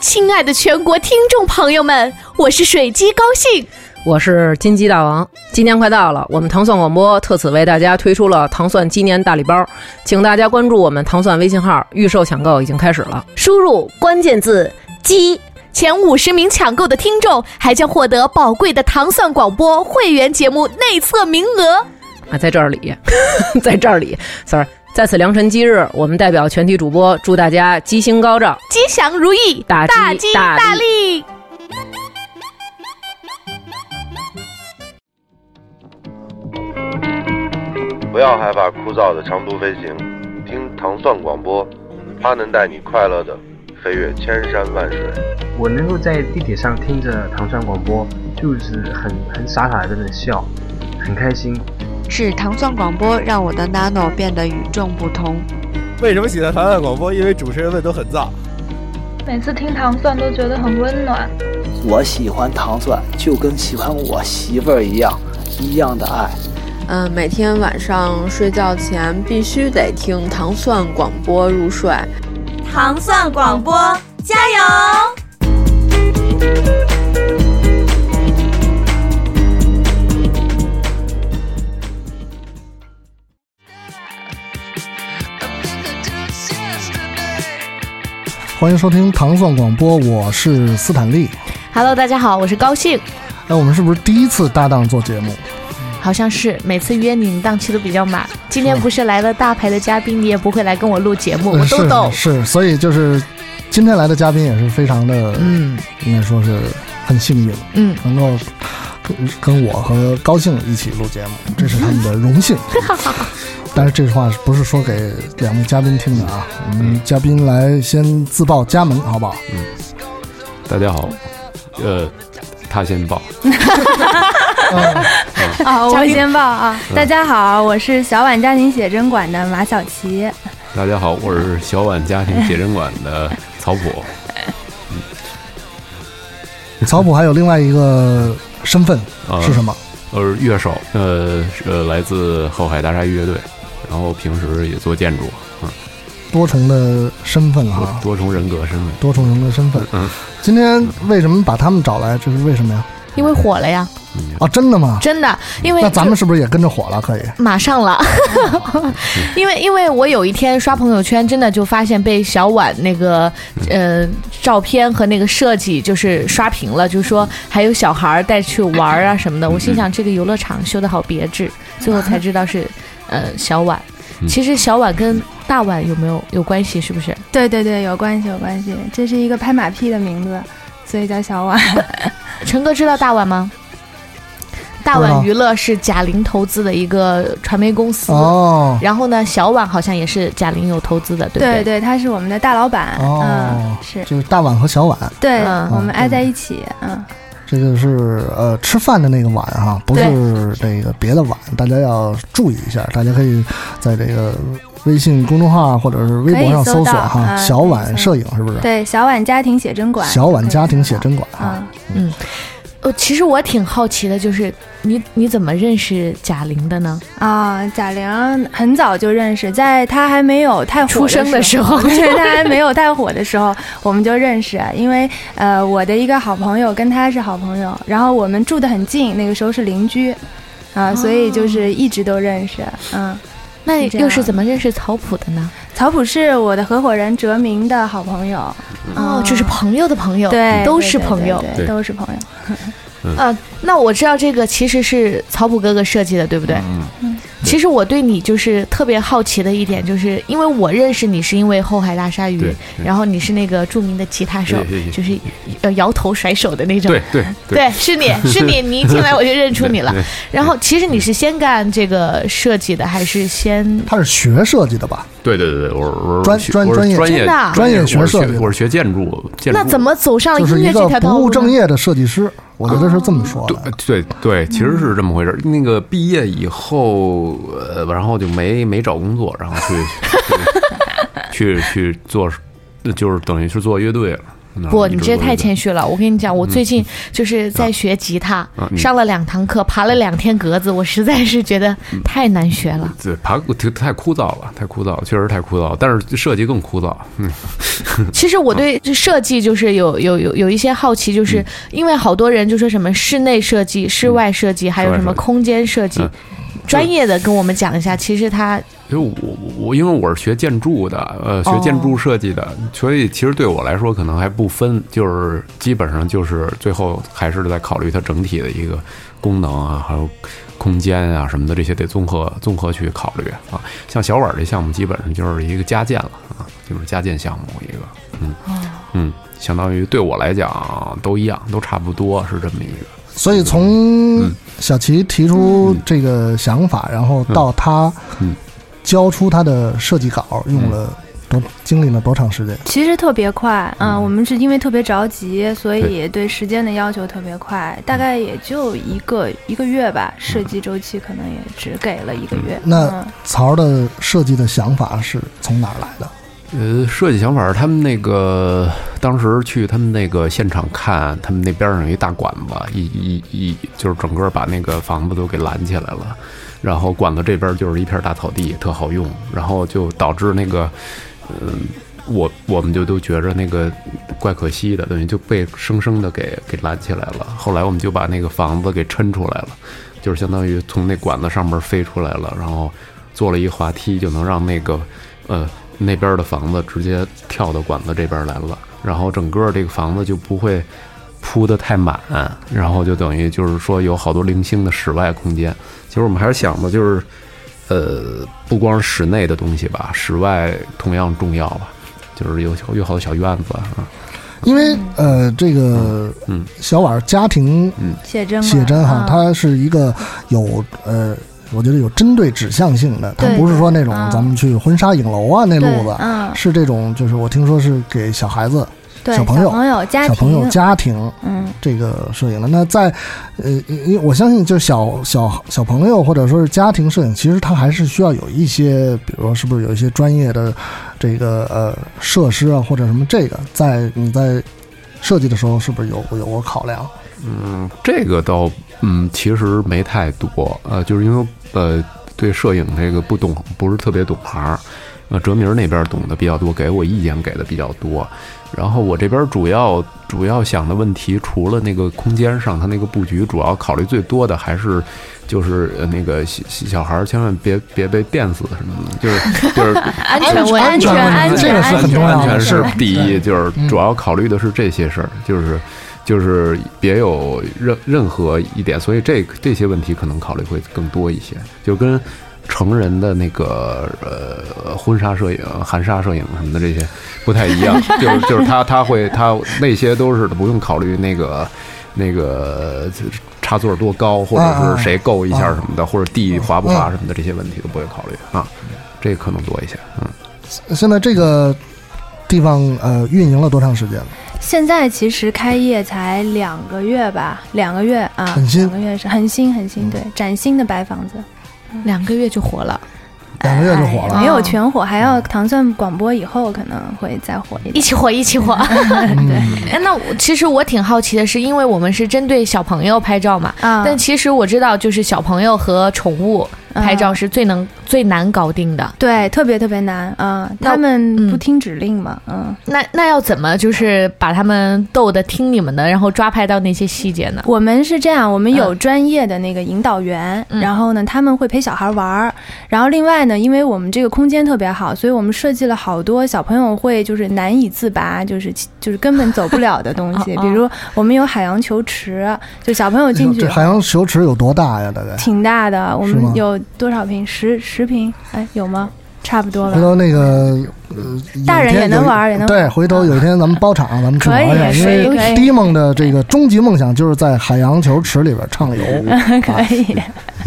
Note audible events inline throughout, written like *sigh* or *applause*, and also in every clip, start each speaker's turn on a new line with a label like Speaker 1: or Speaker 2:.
Speaker 1: 亲爱的全国听众朋友们，我是水鸡高兴。
Speaker 2: 我是金鸡大王。今年快到了，我们糖蒜广播特此为大家推出了糖蒜鸡年大礼包，请大家关注我们糖蒜微信号，预售抢购已经开始了。
Speaker 1: 输入关键字“鸡”，前五十名抢购的听众还将获得宝贵的糖蒜广播会员节目内测名额。
Speaker 2: 啊，在这里， *laughs* 在这里，sorry，在此良辰吉日，我们代表全体主播祝大家鸡星高照。
Speaker 1: 吉祥如意，
Speaker 2: 大吉
Speaker 1: 大吉
Speaker 2: 大
Speaker 1: 大利！
Speaker 3: 不要害怕枯燥的长途飞行，听糖蒜广播，它能带你快乐的飞越千山万水。
Speaker 4: 我能够在地铁上听着糖蒜广播，就是很很傻傻的在那笑，很开心。
Speaker 5: 是糖蒜广播让我的 Nano 变得与众不同。
Speaker 6: 为什么喜欢糖蒜广播？因为主持人们都很燥。
Speaker 7: 每次听糖蒜都觉得很温暖。
Speaker 8: 我喜欢糖蒜，就跟喜欢我媳妇儿一样，一样的爱。
Speaker 9: 嗯，每天晚上睡觉前必须得听糖蒜广播入睡。
Speaker 10: 糖蒜广播，加油！
Speaker 11: 欢迎收听糖蒜广播，我是斯坦利。
Speaker 1: Hello，大家好，我是高兴。
Speaker 11: 哎，我们是不是第一次搭档做节目？
Speaker 1: 好像是每次约你，你档期都比较满。今天
Speaker 11: 是
Speaker 1: 不是来了大牌的嘉宾，你也不会来跟我录节目，我
Speaker 11: 嗯
Speaker 1: 都懂。
Speaker 11: 是是，所以就是今天来的嘉宾也是非常的，
Speaker 1: 嗯
Speaker 11: 应该说是很幸运，
Speaker 1: 嗯，
Speaker 11: 能够跟跟我和高兴一起录节目，这是他们的
Speaker 6: *laughs*
Speaker 11: 荣幸。但是这话不是说给两位嘉宾听的啊，我们嘉宾来先自报家门，好不好？
Speaker 12: 嗯大家好，呃，他先报，
Speaker 7: 啊，
Speaker 13: 嘉
Speaker 7: 我
Speaker 13: 宾，
Speaker 7: 先报啊！
Speaker 12: 嗯
Speaker 7: 大家好，我是小婉家庭写真馆的马小琪。
Speaker 12: 大家好，我是小婉家庭写真馆的曹普，
Speaker 11: *laughs* 曹普还有另外一个身份
Speaker 12: 呃
Speaker 11: 是什么？？
Speaker 12: 呃，乐手，呃，是呃，来自后海大鲨鱼乐队，然后平时也做建筑，嗯，
Speaker 11: 多重的身份哈、
Speaker 12: 多多重人格身份，
Speaker 11: 多重人格身份。
Speaker 12: 嗯，
Speaker 11: 今天为什么把他们找来？这是为什么呀？
Speaker 1: 因为火了呀，
Speaker 12: 嗯
Speaker 11: 啊，真的吗？
Speaker 1: 真的，因为
Speaker 11: 那咱们是不是也跟着火了？可以。
Speaker 1: 马上了， *laughs* 因为因为我有一天刷朋友圈，真的就发现被小婉那个呃照片和那个设计就是刷屏了，就说还有小孩儿带去玩儿啊什么的。我心想这个游乐场修的好别致，最后才知道是呃小婉。其实小婉跟大婉有没有有关系？是不是？
Speaker 7: 对对对，有关系有关系，这是一个拍马屁的名字，所以叫小婉。
Speaker 1: 陈哥知道大碗吗？大
Speaker 11: 不知道
Speaker 1: 碗娱乐是贾玲投资的一个传媒公司，
Speaker 11: 哦
Speaker 1: 然后呢，小碗好像也是贾玲有投资的，对不
Speaker 7: 对对，他是我们的大老板。
Speaker 11: 哦
Speaker 7: 嗯，，是。
Speaker 11: 就是大碗和小碗，
Speaker 7: 对，
Speaker 11: 嗯
Speaker 7: 我们挨在一起。嗯，
Speaker 11: 这个是呃吃饭的那个碗哈、不是这个别的碗，大家要注意一下。大家可以在这个微信公众号或者是微博上
Speaker 7: 可以搜
Speaker 11: 索
Speaker 7: 到
Speaker 11: 哈、
Speaker 7: 啊
Speaker 11: 小
Speaker 7: 可
Speaker 11: 碗
Speaker 7: 以搜
Speaker 11: 摄影”是不是？
Speaker 7: 对，小婉家庭写真馆。
Speaker 11: 小碗家庭写真馆哈、
Speaker 7: 嗯，
Speaker 1: 嗯，呃，其实我挺好奇的，就是你你怎么认识贾玲的呢？
Speaker 7: 啊，贾玲很早就认识，在她还没有太火
Speaker 1: 出生的时
Speaker 7: *laughs*
Speaker 1: 候
Speaker 7: 对，她还没有太火的时候，我们就认识。因为呃，我的一个好朋友跟她是好朋友，然后我们住得很近，那个时候是邻居，啊，所以就是一直都认识。嗯，
Speaker 1: 那
Speaker 7: 这
Speaker 1: 又是
Speaker 7: 样嗯
Speaker 1: 怎么认识曹普的呢？
Speaker 7: 曹普是我的合伙人哲明的好朋友，
Speaker 1: 哦，这是朋友的朋友，
Speaker 7: 对，
Speaker 1: 都
Speaker 7: 对
Speaker 1: 是
Speaker 7: 对
Speaker 1: 朋
Speaker 7: 对
Speaker 1: 友。
Speaker 7: 对
Speaker 12: 对
Speaker 7: 都是朋友。
Speaker 12: 嗯
Speaker 1: 呃，那我知道这个其实是曹普哥哥设计的，对不对？
Speaker 12: 嗯，
Speaker 1: 其实我对你就是特别好奇的一点，就是因为我认识你是因为《后海大鲨鱼
Speaker 12: 对》，对
Speaker 1: 然后你是那个著名的吉他手
Speaker 12: 对对，对
Speaker 1: 就是呃摇头甩手的那种。
Speaker 12: 对对
Speaker 1: 对，是你是你，你一进来我就认出你了
Speaker 12: 对。
Speaker 1: *laughs* 然后其实你是先干这个设计的，还是先
Speaker 11: 他是学设计的吧？
Speaker 12: 对对对对，我我
Speaker 11: 专
Speaker 12: 我是
Speaker 11: 专
Speaker 12: 我是
Speaker 11: 专业
Speaker 12: 专业
Speaker 1: 真的啊
Speaker 11: 专业
Speaker 12: 我是
Speaker 11: 学设计
Speaker 12: 学我是学建筑，建筑
Speaker 1: 那怎么走上
Speaker 11: 就是
Speaker 1: 啊音
Speaker 11: 一
Speaker 1: 乐
Speaker 11: 个
Speaker 1: 这条道
Speaker 11: 不务
Speaker 1: 路
Speaker 11: 正
Speaker 1: 呢？
Speaker 11: 业的设计师，我觉得是这么说的。
Speaker 12: 哦对对对，其实是这么回事
Speaker 1: 嗯
Speaker 12: 儿。那个毕业以后，呃，然后就没没找工作，然后去去去去做，就是等于是做乐队了。哪儿
Speaker 1: 不，
Speaker 12: 一
Speaker 1: 你
Speaker 12: 直
Speaker 1: 这
Speaker 12: 都
Speaker 1: 太
Speaker 12: 有
Speaker 1: 谦虚了。我跟你讲，我最近就是在学吉他，
Speaker 12: 啊你
Speaker 1: 上了两堂课，爬了两天格子，我实在是觉得太难学了。
Speaker 12: 对，爬太太枯燥了，太枯燥，确实太枯燥。但是设计更枯燥。嗯，
Speaker 1: *laughs* 其实我对这设计就是有有有有一些好奇，就是因为好多人就说什么室内设计、室外设计，还有什么空间设计
Speaker 12: 嗯，
Speaker 1: 专业的跟我们讲一下。其实它
Speaker 12: 因为我我我因为我是学建筑的，呃，学
Speaker 1: 哦
Speaker 12: 建筑设计的，所以其实对我来说可能还不分，就是基本上就是最后还是在考虑它整体的一个功能啊，还有空间啊什么的这些得综合综合去考虑啊。像小碗这项目基本上就是一个加建了啊，就是加建项目一个，嗯嗯，相当于对我来讲都一样，都差不多是这么一个。
Speaker 11: 所以
Speaker 1: 嗯
Speaker 11: 从小齐提
Speaker 7: 嗯
Speaker 11: 出这个想法，然后到他
Speaker 12: 嗯
Speaker 11: 交出他的设计稿，用了多经历了多长时间？
Speaker 7: 其实特别快，嗯，我们是因为特别着急，所以对时间的要求特别快，大概也就一个一个月吧，设计周期可能也只给了一个月。
Speaker 11: 那
Speaker 7: 嗯
Speaker 11: 曹儿的设计的想法是从哪儿来的？
Speaker 12: 呃，设计想法，他们那个当时去他们那个现场看，他们那边上有一大管子，一一一就是整个把那个房子都给拦起来了，然后管子这边就是一片大草地，特好用，然后就导致那个，嗯、我我们就都觉着那个怪可惜的，等于就被生生的给给拦起来了。后来我们就把那个房子给抻出来了，就是相当于从那管子上面飞出来了，然后做了一滑梯，就能让那个呃那边的房子直接跳到管子这边来了，然后整个这个房子就不会铺的太满，然后就等于就是说有好多零星的室外空间。其实我们还是想的就是，呃，不光是室内的东西吧，室外同样重要吧，就是有有好多小院子啊。
Speaker 11: 因为
Speaker 7: 嗯
Speaker 11: 呃，这个小婉儿家庭
Speaker 12: 嗯
Speaker 7: 写真嘛
Speaker 11: 写真哈
Speaker 7: 嗯，
Speaker 11: 它是一个有呃，我觉得有针对指向性的，它
Speaker 7: 对
Speaker 11: 不是说那种
Speaker 7: 嗯
Speaker 11: 咱们去婚纱影楼啊那路
Speaker 7: 对
Speaker 11: 子，
Speaker 7: 嗯
Speaker 11: 是这种就是我听说是给小孩子、
Speaker 7: 对
Speaker 11: 小朋
Speaker 7: 小朋友家
Speaker 11: 小朋友
Speaker 7: 庭
Speaker 11: 家庭
Speaker 7: 嗯，
Speaker 11: 这个摄影的。那在呃，因为我相信，就小小小朋友或者说是家庭摄影，其实他还是需要有一些，比如说是不是有一些专业的这个呃设施啊，或者什么这个，在你在设计的时候是不是有有过考量？
Speaker 12: 嗯，这个倒嗯，其实没太多，呃，就是因为呃，对摄影这个不懂，不是特别懂行儿。呃，哲明那边懂得比较多，给我意见给的比较多。然后我这边主要主要想的问题，除了那个空间上，它那个布局，主要考虑最多的还是就是呃那个小小孩儿千万别别被电死什么的，就是就是
Speaker 1: 安全问安全安全
Speaker 12: 这个
Speaker 1: 安全
Speaker 12: 是
Speaker 1: 安
Speaker 12: 安
Speaker 1: 全
Speaker 12: 全是
Speaker 1: 是
Speaker 12: 第一，就是主要考虑的是这些事儿，就是就是别有任任何一点，所以这个这些问题可能考虑会更多一些，就跟成人的那个呃婚纱摄影、含纱摄影什么的这些不太一样就是就是他他会他那些都是不用考虑那个那个插座多高，或者是谁够一下什么的，或者地滑不滑什么的这些问题都不会考虑啊，这可能多一些，嗯。
Speaker 11: 呃现在这个地方呃运营了多长时间了？
Speaker 7: 现在其实开业才两个月吧，两个月啊，
Speaker 11: 很新嗯
Speaker 7: 两个月是很新很新，对，崭新的白房子，
Speaker 1: 两个月就火了，
Speaker 11: 两个
Speaker 7: 哎
Speaker 11: 月就火了，
Speaker 7: 没有全火，还要糖蒜广播以后可能会再火一点，
Speaker 1: 一起
Speaker 7: *laughs*
Speaker 1: 火，一起火。
Speaker 7: 对，
Speaker 1: 哎，那我其实我挺好奇的是，因为我们是针对小朋友拍照嘛，
Speaker 7: 啊嗯
Speaker 1: 但其实我知道，就是小朋友和宠物拍照是最能、最难搞定的。
Speaker 7: 嗯对，特别特别难啊、
Speaker 1: 那啊
Speaker 7: 他们不听指令嘛，嗯。
Speaker 1: 那那要怎么就是把他们逗得听你们的，然后抓拍到那些细节呢？
Speaker 7: 我们是这样，我们有
Speaker 1: 嗯
Speaker 7: 专业的那个引导员，然后呢，他们会陪小孩玩儿。然后另外呢，因为我们这个空间特别好，所以我们设计了好多小朋友会就是难以自拔，就是就是根本走不了的东西。
Speaker 1: *laughs*
Speaker 11: 哦哦
Speaker 7: 比如我们有海洋球池，就小朋友哎哦进去
Speaker 11: 哎这海洋球池有多大呀？大概
Speaker 7: 挺大的，我
Speaker 11: 是吗
Speaker 7: 们有多少平？十十平？哎，有吗？差不多
Speaker 11: 回
Speaker 7: 吧。
Speaker 11: 头那个，呃，
Speaker 7: 大人
Speaker 11: 有一天
Speaker 7: 也能
Speaker 11: 有一
Speaker 7: 玩儿也能玩儿
Speaker 11: 对，回头有一天咱们包场，咱们去
Speaker 7: 可
Speaker 11: 玩
Speaker 7: 以
Speaker 11: 玩，因
Speaker 7: 可以可
Speaker 11: 为
Speaker 7: 以
Speaker 11: 迪梦的这个终极梦想就是在海洋球池里边畅游。
Speaker 7: 可以。啊 *laughs*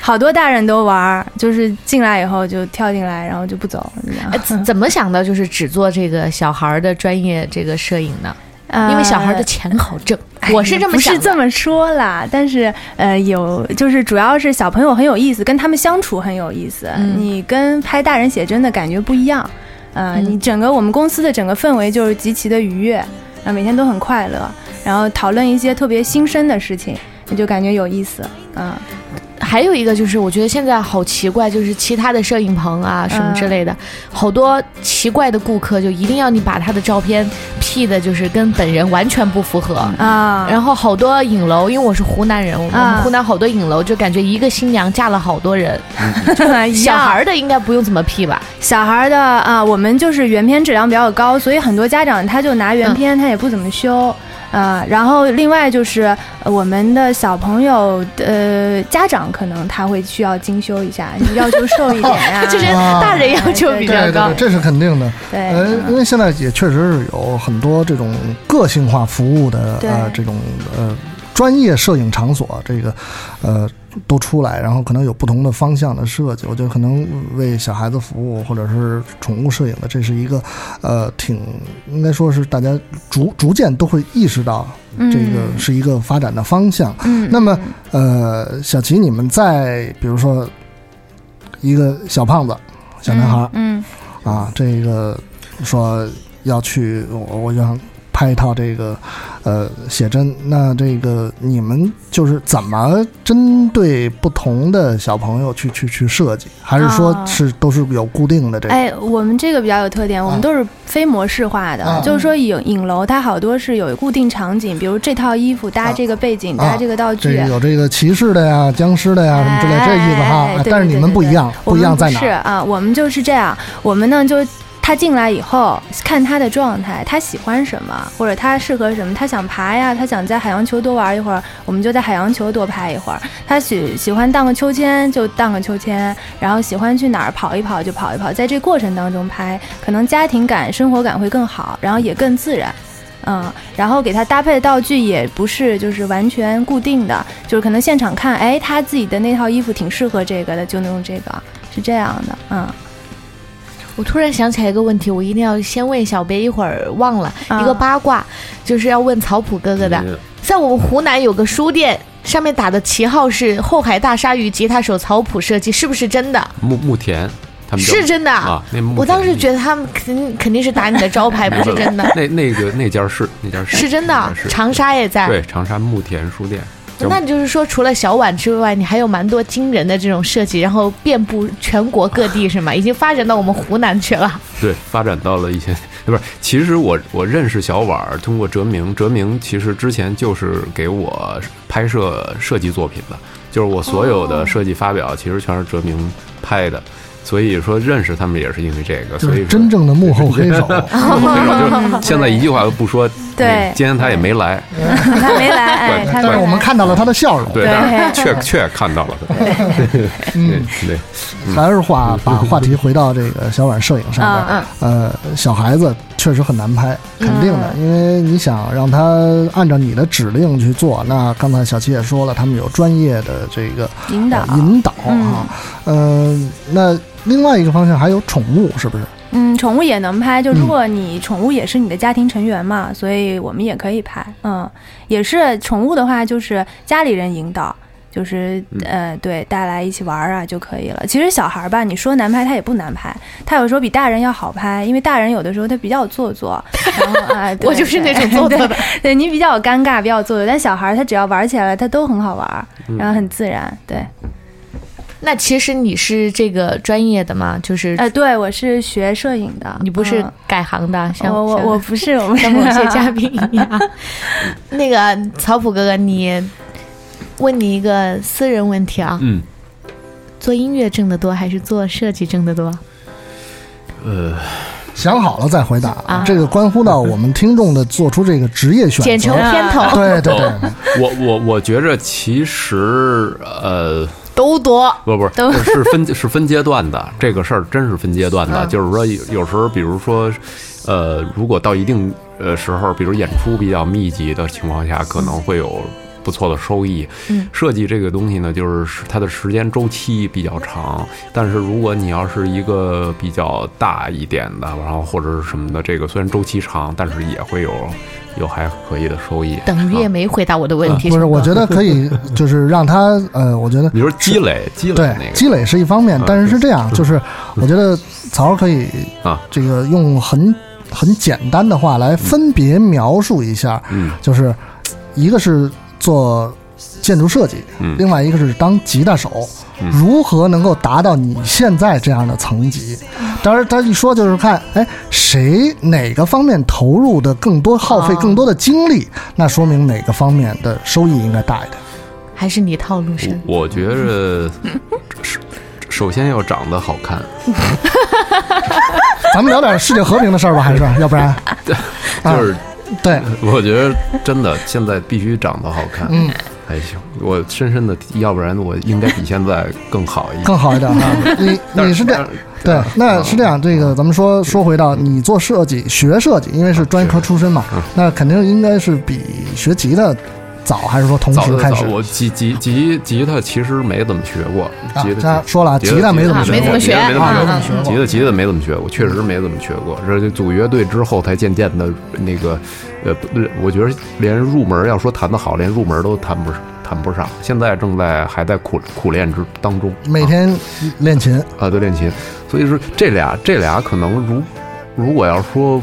Speaker 7: 好多大人都玩儿，就是进来以后就跳进来，然后就不走。这样
Speaker 1: 哎
Speaker 7: *laughs*
Speaker 1: 怎怎么想到就是只做这个小孩儿的专业这个摄影呢？
Speaker 7: 呃
Speaker 1: 哎因为小孩儿的钱好挣，
Speaker 7: 哎
Speaker 1: 我是这么
Speaker 7: 不
Speaker 1: 想
Speaker 7: 是
Speaker 1: 的。
Speaker 7: 这么说啦，但是呃，有就是主要是小朋友很有意思，跟他们相处很有意思。
Speaker 1: 嗯
Speaker 7: 你跟拍大人
Speaker 1: 嗯
Speaker 7: 写真的感觉不一样，呃，你整个我们公司的整个氛围就是极其的愉悦，然后每天都很快乐，然后讨论一些特别新生的事情，你就感觉有意思啊。
Speaker 1: 还有一个就是，我觉得现在好奇怪，就是其他的摄影棚啊
Speaker 7: 嗯
Speaker 1: 什么之类的，好多奇怪的顾客就一定要你把他的照片 P 的，就是跟本人完全不符合
Speaker 7: 啊。
Speaker 1: 然后好多影楼，因为我是湖南人，我
Speaker 7: 啊
Speaker 1: 们湖南好多影楼就感觉一个新娘嫁了好多人，
Speaker 7: *laughs*
Speaker 1: 小孩儿的应该不用怎么 P 吧？
Speaker 7: 小孩儿的啊，我们就是原片质量比较高，所以很多家长他就拿原片，他也不怎么修。啊、然后另外就是呃我们的小朋友，呃，家长可能他会需要精修一下，要求瘦一点呀、
Speaker 1: *laughs* 就是大人要求 *laughs* 比较
Speaker 7: 嗯对对对
Speaker 1: 高
Speaker 11: 对，这是肯定的。
Speaker 7: 对
Speaker 11: 呃，因为现在也确实是有很多这种个性化服务的
Speaker 7: 对
Speaker 11: 呃这种呃专业摄影场所，这个呃都出来，然后可能有不同的方向的设计。我觉得可能为小孩子服务或者是宠物摄影的，这是一个呃挺应该说是大家逐逐渐都会意识到这个
Speaker 7: 嗯
Speaker 11: 是一个发展的方向。
Speaker 7: 嗯
Speaker 11: 那么呃，小齐，你们在比如说一个小胖子小男孩儿，
Speaker 7: 嗯
Speaker 11: 啊，这个说要去，我我想拍一套这个呃写真。那这个你们就是怎么针对不同的小朋友去去去设计，还是说
Speaker 7: 哦
Speaker 11: 是、都是有固定的这个？
Speaker 7: 哎，我们这个比较有特点，我们都是非模式化的，
Speaker 11: 啊
Speaker 7: 就是说影影楼它好多是有固定场景，比如这套衣服
Speaker 11: 啊
Speaker 7: 搭这个背景，搭这个道具。
Speaker 11: 这有这个骑士的呀、僵尸的呀什么之类，这意思哈。
Speaker 7: 哎
Speaker 11: 啊
Speaker 7: 对
Speaker 11: 但是你们不一样，
Speaker 7: 我
Speaker 11: 一
Speaker 7: 们
Speaker 11: 样在哪
Speaker 7: 是
Speaker 11: 儿？
Speaker 7: 啊，我们就是这样，我们呢就。他进来以后，看他的状态，他喜欢什么，或者他适合什么，他想爬呀，他想在海洋球多玩一会儿，我们就在海洋球多拍一会儿。他喜喜欢荡个秋千就荡个秋千，然后喜欢去哪儿跑一跑就跑一跑，在这过程当中拍，可能家庭感、生活感会更好，然后也更自然。嗯，然后给他搭配的道具也不是就是完全固定的，就是可能现场看，哎，他自己的那套衣服挺适合这个的，就用这个，是这样的，嗯。
Speaker 1: 我突然想起来一个问题，我一定要先问一下，我别一会儿忘了、
Speaker 7: 啊
Speaker 1: 一个八卦，就是要问曹普哥哥的。在我们湖南有个书店，上面打的旗号是“后海大鲨鱼吉他手曹普设计”，是不是真的？
Speaker 12: 木木田，他们叫
Speaker 1: 是真的
Speaker 12: 啊。那木
Speaker 1: 我当时觉
Speaker 12: 得
Speaker 1: 得他们肯肯定是打你的招牌，不是真的，
Speaker 12: 那那个那家 *laughs* 是那家
Speaker 1: 是真的
Speaker 12: 那
Speaker 1: 啊
Speaker 12: 家是。
Speaker 1: 长沙也在。
Speaker 12: 对长沙木田书店。叫
Speaker 1: 那你就是说，除了小碗之外，你还有蛮多惊人的这种设计，然后遍布全国各地，是吗？已经发展到我们湖南去了。
Speaker 12: 对，发展到了一些 *laughs* 不是。其实我我认识小婉儿，通过哲明，哲明其实之前就是给我拍摄设计作品的，就是我所有
Speaker 1: 哦
Speaker 12: 的设计发表其实全是哲明拍的，所以说认识他们也是因为这个，
Speaker 11: 就
Speaker 12: 所
Speaker 11: 是
Speaker 12: 以说。。
Speaker 11: 真正的幕后黑
Speaker 7: *laughs*
Speaker 11: 手
Speaker 12: *laughs* *laughs* 就是现在一句话都不说。
Speaker 7: 对
Speaker 12: 那今天他也没来，
Speaker 7: *laughs* 他没
Speaker 12: *laughs*
Speaker 7: 来，哎，他
Speaker 11: 但
Speaker 7: 没
Speaker 11: 是
Speaker 7: 来
Speaker 11: 我们看到了他的笑容。
Speaker 12: 哦对，但是确确看到了。对
Speaker 11: 嗯
Speaker 12: 对，嗯
Speaker 11: 还是话把话题回到这个小婉摄影上面
Speaker 7: 嗯，
Speaker 11: 呃，小孩子确实很难拍，肯定的，因为你想让他按照你的指令去做，那刚才小七也说了，他们有专业的这个
Speaker 7: 引导
Speaker 11: 呃引导啊，嗯，那另外一个方向还有宠物，是不是？
Speaker 7: 嗯，宠物也能
Speaker 1: 嗯
Speaker 7: 拍，就如果你宠物也是你的家庭成员嘛，所以我们也可以拍，嗯，也是宠物的话，就是家里人引导，就是
Speaker 1: 嗯
Speaker 7: 呃，对，带来一起玩儿啊就可以了。其实小孩儿吧，你说难拍他也不难拍，他有时候比大人要好拍，因为大人有的时候他比较做
Speaker 1: *laughs*
Speaker 7: 作，然后啊，对
Speaker 1: 我就是那种做作的
Speaker 7: 对对 *laughs* 你比较尴尬，比较做作，但小孩儿他只要玩起来了，他都很好玩儿，
Speaker 1: 嗯
Speaker 7: 然后很自然，对。
Speaker 1: 那其实你是这个专业的吗？就是
Speaker 7: 哎，对我是学摄影的，
Speaker 1: 你不是
Speaker 7: 嗯
Speaker 1: 改行的，像
Speaker 7: 呃我我
Speaker 1: 像
Speaker 7: 我不是我不是
Speaker 1: 像某些嘉宾一样。 *laughs* 那个曹普哥哥，你问你一个私人问题啊，
Speaker 12: 嗯，
Speaker 1: 做音乐挣得多还是做设计挣得多？
Speaker 12: 呃，
Speaker 11: 想好了再回答
Speaker 1: 啊
Speaker 11: 这个关乎到我们听众的做出这个职业选择，
Speaker 1: 剪成片头
Speaker 11: 对对对
Speaker 12: 哦，我我我觉着其实呃，
Speaker 1: 都多，
Speaker 12: 不不
Speaker 1: 都
Speaker 12: 是是分是分阶段的，这个事儿真是分阶段的。
Speaker 1: 嗯
Speaker 12: 就是说有有时候，比如说，呃，如果到一定呃时候，比如演出比较密集的情况下，可能会有不错的收益。
Speaker 1: 嗯
Speaker 12: 设计这个东西呢，就是它的时间周期比较长，但是如果你要是一个比较大一点的，然后或者是什么的，这个虽然周期长，但是也会有有还可以的收益。啊
Speaker 1: 等于也没回答我的问题。
Speaker 11: 不是，
Speaker 1: 吧
Speaker 11: 我觉得可以，就是让他呃，我觉得
Speaker 12: 你说积累积累
Speaker 11: 对
Speaker 12: 那，个
Speaker 11: 积累是一方面
Speaker 12: 嗯，
Speaker 11: 但是是这样，就是我觉得曹儿可以
Speaker 12: 啊，
Speaker 11: 这个用很很简单的话来分别描述一下，
Speaker 12: 嗯，
Speaker 11: 就是一个是做建筑设计，
Speaker 12: 嗯
Speaker 11: 另外一个是当吉他手，
Speaker 12: 嗯
Speaker 11: 如何能够达到你现在这样的层级？当然，他一说就是看，哎，谁哪个方面投入的更多，耗费更多的精力，那说明哪个方面的收益应该大一点。
Speaker 1: 还是你套路深。
Speaker 12: 我觉着首首先要长得好看，
Speaker 11: 咱们聊点世界和平的事儿吧，还是要不
Speaker 12: *laughs*
Speaker 11: 然，啊
Speaker 12: 就是、
Speaker 11: 对，
Speaker 12: 我觉得真的现在必须长得好看，
Speaker 11: 嗯，
Speaker 12: 还行。我深深的，要不然我应该比现在更好一点，
Speaker 11: 更好一点
Speaker 12: *laughs*
Speaker 11: 哈。你你是这样，
Speaker 12: 啊
Speaker 11: 对，那是这样。这个咱们说说回到你做设计、学设计，因为是专科出身
Speaker 12: 啊
Speaker 11: 嘛，那肯定应该是比学吉他早，还是说同
Speaker 12: 早
Speaker 11: 时
Speaker 12: 就
Speaker 11: 开
Speaker 12: 早
Speaker 11: 始，？
Speaker 12: 我吉吉吉吉他其实没怎么学过，
Speaker 11: 啊
Speaker 12: 吉
Speaker 11: 这
Speaker 12: 他
Speaker 11: 样说了啊吉他没怎么学过
Speaker 12: 吉他没怎
Speaker 11: 啊没怎
Speaker 12: 么
Speaker 11: 么
Speaker 12: 学
Speaker 11: 学
Speaker 12: 过，
Speaker 11: 过
Speaker 12: 吉他吉他没怎么学过，确实没怎么学过。这就组乐队之后才渐渐的那个，呃，不我觉得连入门要说弹得好，连入门都谈不谈不上。现在正在还在苦苦练之当中。
Speaker 11: 每天练琴，
Speaker 12: 啊，对，练琴。所以说这俩这俩可能如如果要说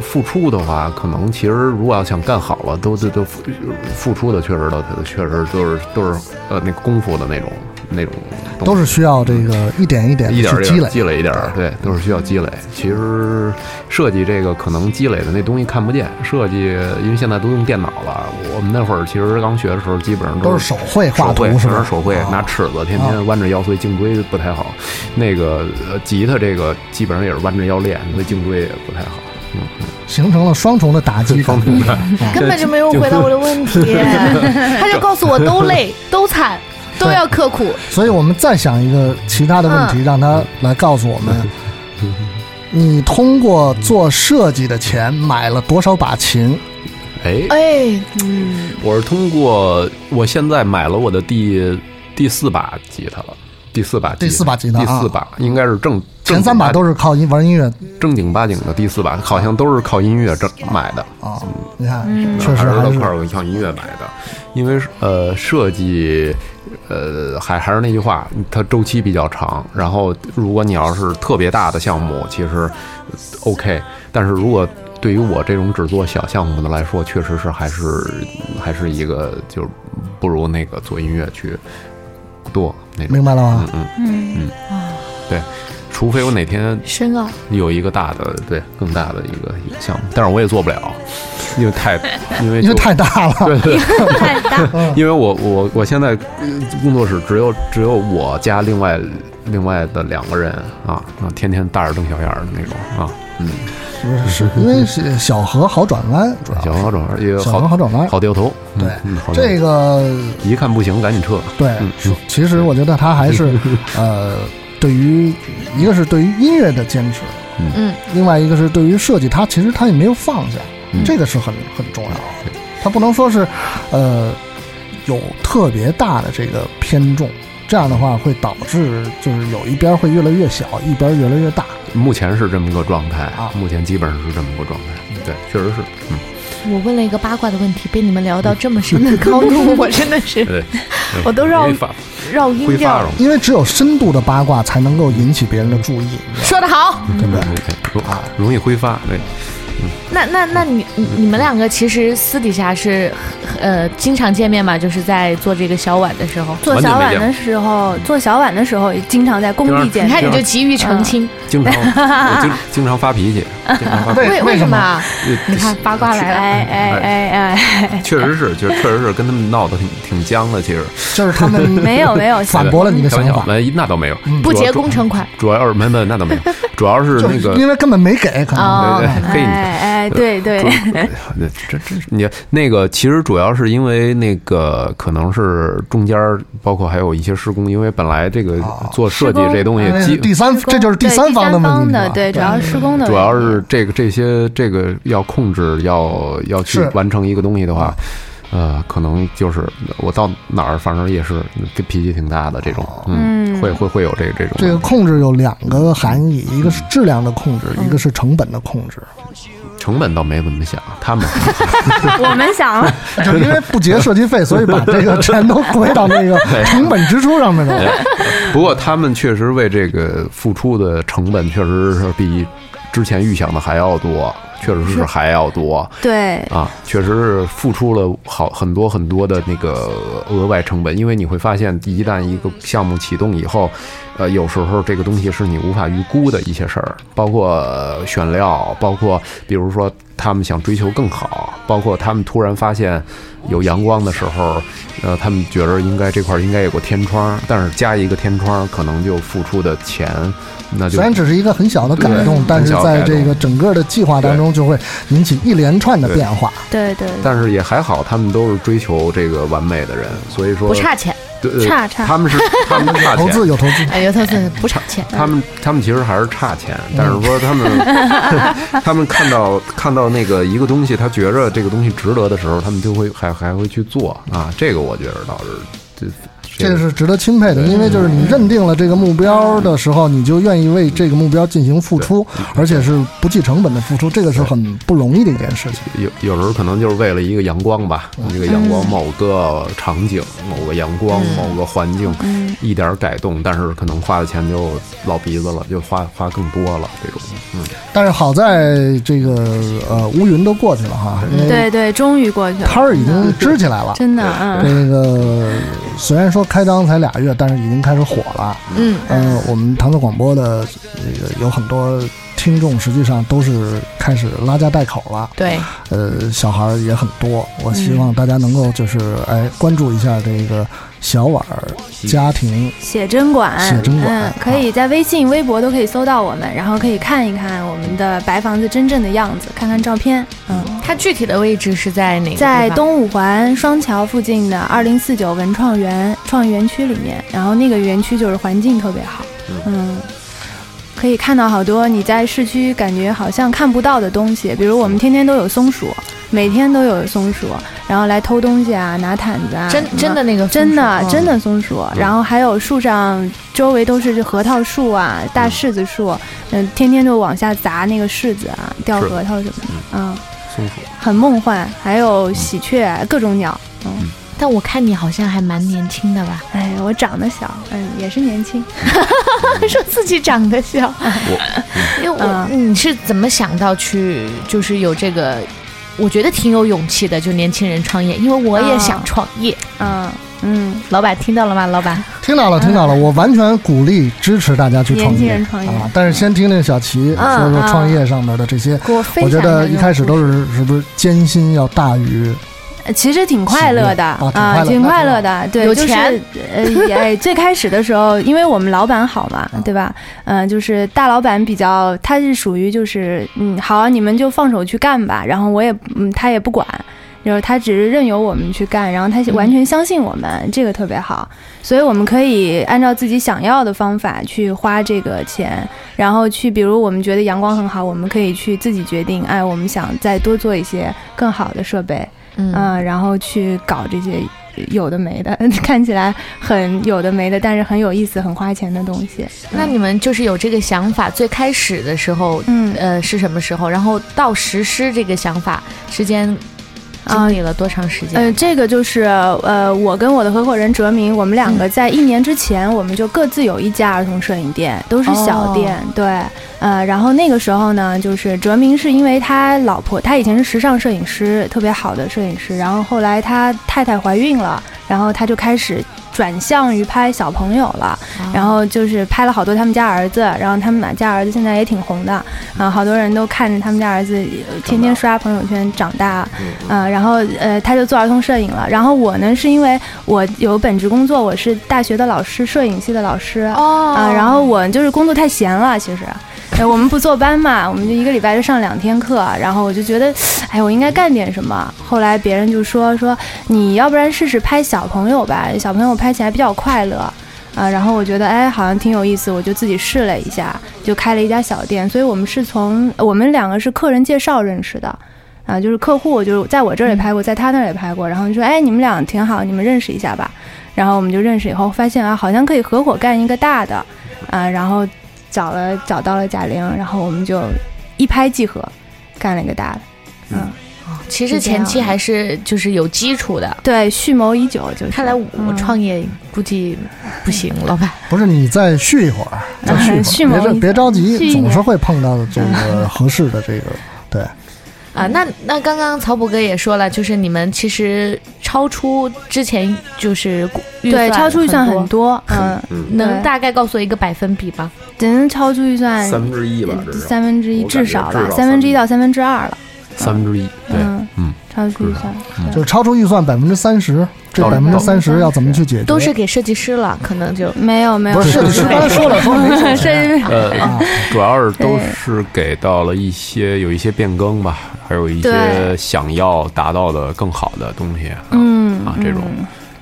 Speaker 12: 付付出的话，可能其实如果要想干好了，都都都付付出的确实都确实都是都是呃那个功夫的那种那种东西
Speaker 11: 都是需要这个一点一点
Speaker 12: 一
Speaker 11: 的
Speaker 12: 点儿
Speaker 11: 去积累。
Speaker 12: 积累一点儿，对，都是需要积累。其实设计这个可能积累的那东西看不见，设计因为现在都用电脑了，我们那会儿其实刚学的时候，基本上
Speaker 11: 都
Speaker 12: 是
Speaker 11: 是手绘画
Speaker 12: 手
Speaker 11: 图
Speaker 12: 绘
Speaker 11: 是吧哦
Speaker 12: 全手绘，拿尺子，天天弯着腰，所以颈椎不太好。那个呃吉他这个基本上也是弯着腰练，所以颈椎也不太好。嗯，
Speaker 11: 形成了双重的打击。
Speaker 12: *laughs* 双重
Speaker 11: *laughs*
Speaker 12: 的
Speaker 1: 根本就没有回答我的问题，他就告诉我都累、都惨、都要刻苦。
Speaker 11: 所以我们再想一个其他的问题，让他来告诉我们，你通过做设计的钱买了多少把琴？
Speaker 12: 哎，
Speaker 1: 哎，嗯，
Speaker 12: 我是通过我现在买了我的第第四把吉他了，第四把
Speaker 11: 第四把吉他
Speaker 12: 第
Speaker 11: 啊
Speaker 12: 四把应该是正
Speaker 11: 前三把都是靠音玩音乐，
Speaker 12: 正经八经的第四版，好像都是靠音乐这买的
Speaker 11: 啊。你看
Speaker 12: 嗯，
Speaker 11: 确实
Speaker 12: 还是
Speaker 11: 还
Speaker 12: 都
Speaker 11: 是
Speaker 12: 靠靠音乐买的，因为呃设计，呃还还是那句话，它周期比较长。然后如果你要是特别大的项目，其实呃 OK，但是如果对于我这种只做小项目的来说，确实是还是还是一个就是不如那个做音乐去多那种。
Speaker 11: 明白了吗？
Speaker 12: 嗯嗯嗯，对，除非我哪
Speaker 1: *laughs*
Speaker 12: 天
Speaker 1: 深奥。
Speaker 12: 有一个大的，对，更大的一个一个项目，但是我也做不了，因为太，因为
Speaker 11: 因为
Speaker 12: 就
Speaker 11: 太大了，
Speaker 12: 对对，因为我我我现在呃工作室只有只有我加另外另外的两个人啊，啊天天大眼瞪小眼儿的那种啊，嗯，
Speaker 11: 是是 *laughs* 因为是小河好转弯，主要
Speaker 12: 小好转弯也
Speaker 11: 小河
Speaker 12: 好
Speaker 11: 好转弯。
Speaker 12: 好掉头，对，嗯好掉头
Speaker 11: 这个哎
Speaker 12: 一看不行，赶紧撤，
Speaker 11: 对
Speaker 12: 嗯，
Speaker 11: 其实我觉得他还
Speaker 12: *laughs*
Speaker 11: 是呃，对于一个是对于音乐的坚持，
Speaker 1: 嗯，
Speaker 11: 另外一个是对于设计，他其实他也没有放下，
Speaker 12: 嗯
Speaker 11: 这个是很很重要的。他不能说是呃有特别大的这个偏重，这样的话会导致就是有一边会越来越小，一边越来越大。
Speaker 12: 目前是这么个状态，
Speaker 11: 啊
Speaker 12: 目前基本上是这么个状态，对，确实是，嗯，
Speaker 1: 我问了一个八卦的问题，被你们聊到这么深的高 *laughs* 度，我真的是
Speaker 12: 对，
Speaker 1: 我都绕
Speaker 12: 没法
Speaker 1: 绕音调。
Speaker 11: 因为只有深度的八卦才能够引起别人的注意。
Speaker 1: 说得好，
Speaker 12: 对不对？容
Speaker 11: 啊
Speaker 12: 容易挥发，对。
Speaker 1: 那那那你你你们两个其实私底下是呃经常见面嘛，就是在做这个小碗的时候，
Speaker 7: 做小碗的时候，做小碗的时候也经常在工地见面。
Speaker 1: 你看你就急于澄清，
Speaker 12: 经常我经经常发脾气，经常发脾气
Speaker 1: 为为什么啊？
Speaker 12: 呃
Speaker 1: 你看八卦来了，哎
Speaker 12: 哎
Speaker 7: 哎哎，
Speaker 12: 确实是，就确实是跟他们闹得挺挺僵的，其实
Speaker 11: 就是他们
Speaker 7: 没有没有
Speaker 11: *laughs* 反驳了你的
Speaker 12: 开玩
Speaker 11: 想
Speaker 12: 笑
Speaker 11: 法，嗯
Speaker 12: 没那倒没有，
Speaker 1: 不
Speaker 12: 主
Speaker 1: 结
Speaker 12: 要
Speaker 1: 工，程款。
Speaker 12: 主要是没 *laughs* 没那倒没有，主要是
Speaker 11: 就啊
Speaker 12: 那个
Speaker 11: 因为根本没给，可
Speaker 12: 哦
Speaker 11: 能
Speaker 12: 对对嘿你
Speaker 7: *laughs* 哎哎，对对，
Speaker 12: *laughs* 那这这你那个其实主要是因为那个可能是中间儿包括还有一些施工，因为本来这个做设计这东西
Speaker 11: 哎
Speaker 12: 基
Speaker 11: 第三，这就是第三方的问题
Speaker 7: 的
Speaker 11: 了，
Speaker 7: 对，主要是施工的问题，
Speaker 12: 主要是这个这些这个要控制，要要去
Speaker 11: 是
Speaker 12: 完成一个东西的话，呃，可能就是我到哪儿，反正也是这脾气挺大的这种，嗯，
Speaker 11: 嗯
Speaker 12: 会会会有这这种。
Speaker 11: 这个控制有两个含义，一个是质量的控制，
Speaker 7: 嗯
Speaker 11: 一个是成本的控
Speaker 12: *laughs*
Speaker 11: 制。
Speaker 12: 成本倒没怎么想，他们 *laughs*
Speaker 7: 我们想 *laughs* 了，
Speaker 11: 就是因为不结设计费，所以把这个全都归到那
Speaker 12: *laughs*
Speaker 11: 个成本支出上面
Speaker 12: 哎
Speaker 11: 了。
Speaker 12: 不过他们确实为这个付出的成本确实是比之前预想的还要多，确实是还要多。
Speaker 5: 对
Speaker 12: 啊，确实是付出了好很多很多的那个额外成本，因为你会发现，一旦一个项目启动以后，呃，有时候这个东西是你无法预估的一些事儿，包括呃选料，包括比如说他们想追求更好，包括他们突然发现有阳光的时候，呃，他们觉得应该这块儿应该有个天窗，但是加一个天窗，可能就付出的钱那就
Speaker 11: 虽然只是一个很小的改动
Speaker 12: 对，
Speaker 11: 但是
Speaker 12: 很小的
Speaker 11: 在
Speaker 12: 改动
Speaker 11: 这个整个的计划当中，就会引起一连串的变化。
Speaker 7: 对对
Speaker 12: 但是也还好，他们都是追求这个完美的人，所以说
Speaker 1: 不差钱
Speaker 12: 对，对
Speaker 1: 差差
Speaker 12: 他们是他们差钱，
Speaker 11: 投资有投资，
Speaker 1: 哎呦，他是不差钱，
Speaker 12: 他们他们其实还是差钱，但是说他们 *laughs* 他们看到看到那个一个东西，他觉着这个东西值得的时候，他们就会还还会去做啊，这个我觉得倒是这
Speaker 11: 这个是值得钦佩的，因为就是你认定了这个目标的时候，你就愿意为这个目标进行付出，而且是不计成本的付出，这个是很不容易的一件事情。
Speaker 12: 有有时候可能就是为了一个阳光吧，一个阳光某个场景、某个阳光、
Speaker 13: 嗯
Speaker 12: 某个环境
Speaker 13: 嗯，
Speaker 12: 一点儿改动，但是可能花的钱就老鼻子了，就花花更多了这种，嗯。
Speaker 11: 但是好在这个呃乌云都过去了哈，因为
Speaker 7: 对对，终于过去了，
Speaker 11: 摊儿已经支起来了，
Speaker 7: 真的，嗯
Speaker 11: 这个虽然说开张才俩月，但是已经开始火了。
Speaker 7: 嗯
Speaker 11: 呃，我们唐宋广播的这个有很多呃听众，实际上都是开始拉家带口了。
Speaker 1: 对，
Speaker 11: 呃，小孩儿也很多，我希
Speaker 7: 嗯
Speaker 11: 望大家能够就是哎关注一下这个小碗儿家庭
Speaker 7: 写真馆，
Speaker 11: 写真馆
Speaker 7: 嗯，可以在微信、微博都可以搜到我们，然后可以看一看我们的白房子真正的样子，看看照片。嗯，
Speaker 1: 它具体的位置是在哪个地方？
Speaker 7: 在东五环双桥附近的二零四九文创园创意园区里面，然后那个园区就是环境特别好，嗯。可以看到好多你在市区感觉好像看不到的东西，比如我们天天都有松鼠，每天都有松鼠，然后来偷东西啊，拿毯子啊，
Speaker 1: 真
Speaker 7: 什么
Speaker 1: 真的那个松鼠
Speaker 7: 真的
Speaker 1: 嗯
Speaker 7: 真的松鼠，然后还有树上周围都是核桃树啊、大柿子树，嗯、天天就往下砸那个柿子啊，掉
Speaker 12: 是
Speaker 7: 核桃什么的，嗯
Speaker 12: 松鼠
Speaker 7: 很梦幻，还有喜鹊，各种鸟。嗯，
Speaker 1: 但我看你好像还蛮年轻的吧？
Speaker 7: 哎，我长得小，嗯，也是年轻，
Speaker 1: 说 *laughs* 自己长得小。因为 *laughs* 我
Speaker 7: 嗯
Speaker 1: 你是怎么想到去就是有这个？我觉得挺有勇气的，就年轻人创业，因为我也想创业。
Speaker 7: 嗯嗯，
Speaker 1: 老板听到了吗？老板，
Speaker 11: 听到了，听到了，我完全鼓励支持大家去创
Speaker 1: 年
Speaker 11: 业，
Speaker 1: 轻人创业
Speaker 11: 啊！但是先听听小齐
Speaker 1: 嗯
Speaker 11: 说说创业上面的这些，
Speaker 7: 我分享
Speaker 11: 我觉
Speaker 7: 一下
Speaker 11: 得一开始都是是不是艰辛要大于
Speaker 7: 呃其实挺快乐的
Speaker 11: 喜悦
Speaker 7: 啊
Speaker 11: 啊，挺
Speaker 7: 挺
Speaker 11: 快
Speaker 7: 快
Speaker 11: 乐
Speaker 7: 乐
Speaker 11: 的
Speaker 7: 的，对，
Speaker 11: 有
Speaker 7: 就是
Speaker 11: 钱
Speaker 7: 呃，也最开始的时候，因为我们老板好嘛，对吧？嗯，就是大老板比较，他是属于就是嗯，好啊，你们就放手去干吧，然后我也嗯，他也不管。就是他只是任由我们去干，然后他完
Speaker 11: 嗯
Speaker 7: 全相信我们，这个特别好，所以我们可以按照自己想要的方法去花这个钱，然后去，比如我们觉得阳光很好，我们可以去自己决定，哎，我们想再多做一些更好的设备，
Speaker 1: 嗯
Speaker 7: 啊然后去搞这些有的没的， *laughs* 看起来很有的没的，但是很有意思、很花钱的东西。
Speaker 1: 那你们就是有这个想法，最开始的时候，
Speaker 7: 嗯，
Speaker 1: 呃，是什么时候？然后到实施这个想法之间，经历了多长时间？
Speaker 7: 啊呃，这个就是呃，我跟我的合伙人哲明，我们两
Speaker 1: 嗯
Speaker 7: 个在一年之前，我们就各自有一家儿童摄影店，都是小店，
Speaker 1: 哦
Speaker 7: 对，呃，然后那个时候呢，就是哲明是因为他老婆，他以前是时尚摄影师，特别好的摄影师，然后后来他太太怀孕了，然后他就开始。转向于拍小朋友了，然后就是拍了好多他们家儿子，然后他们家儿子现在也挺红的，啊，好多人都看着他们家儿子呃天天刷朋友圈长大，啊，然后呃，他就做儿童摄影了。然后我呢，是因为我有本职工作，我是大学的老师，摄影系的老师，
Speaker 1: 哦
Speaker 7: 啊，然后我就是工作太闲了，其实。呃我们不坐班嘛，我们就一个礼拜就上两天课，然后我就觉得，哎，我应该干点什么。后来别人就说说，你要不然试试拍小朋友吧，小朋友拍起来比较快乐。啊，然后我觉得哎，好像挺有意思，我就自己试了一下，就开了一家小店。所以我们是从我们两个是客人介绍认识的，啊，就是客户就是在我这儿也拍过，在他那儿也拍过，然后就说哎，你们俩挺好，你们认识一下吧。然后我们就认识以后，发现啊，好像可以合伙干一个大的，啊，然后找了找到了贾玲，然后我们就一拍即合，干了一个大的。嗯，
Speaker 1: 其实前期还是就是啊有嗯基础的。
Speaker 7: 对，蓄谋已久，就是。
Speaker 1: 看来我创业估计不行， *laughs* 老板。
Speaker 11: 不是你再续一会儿，再续一会儿，
Speaker 1: *laughs*
Speaker 7: 蓄谋
Speaker 11: 别着
Speaker 7: 一
Speaker 11: 别着
Speaker 7: 蓄
Speaker 11: 急，
Speaker 7: 一
Speaker 11: 总是
Speaker 7: 年
Speaker 11: 会碰到这
Speaker 1: 嗯
Speaker 11: 个合适的这个对。
Speaker 1: 啊，那那刚刚曹普哥也说了，就是你们其实超出之前就是预
Speaker 7: 对，超出预算很
Speaker 1: 很，
Speaker 7: 多，
Speaker 12: *laughs*
Speaker 7: 嗯，
Speaker 1: 能
Speaker 7: 大
Speaker 1: 大概告诉我一个百分比吗？
Speaker 7: 只能超出预算
Speaker 12: 三分之一吧，这是
Speaker 7: 三分之一
Speaker 12: 我感觉
Speaker 7: 至少
Speaker 12: 至
Speaker 7: 吧，
Speaker 12: 少
Speaker 7: 三分之一到三分之二了，
Speaker 12: 三分之一，对，
Speaker 7: 嗯
Speaker 12: 嗯，
Speaker 7: 超出预算。
Speaker 11: 就是超出预算百分之三十，这
Speaker 12: 超
Speaker 11: 百
Speaker 12: 出
Speaker 11: 分之三
Speaker 7: 30%
Speaker 11: 十要怎么去解决？
Speaker 1: 都是给设计师了，可能就
Speaker 7: 没有没有，*laughs*
Speaker 11: 不是设计师刚才说了说
Speaker 1: *laughs*
Speaker 11: 啊没
Speaker 7: 设 *laughs*
Speaker 11: 收
Speaker 7: 计师
Speaker 12: *laughs* 呃，主要是都
Speaker 7: 对
Speaker 12: 是给到了一些有一些变更吧，还有一些
Speaker 7: 对
Speaker 12: 想要达到的更好的东西，
Speaker 1: 嗯
Speaker 12: 啊这种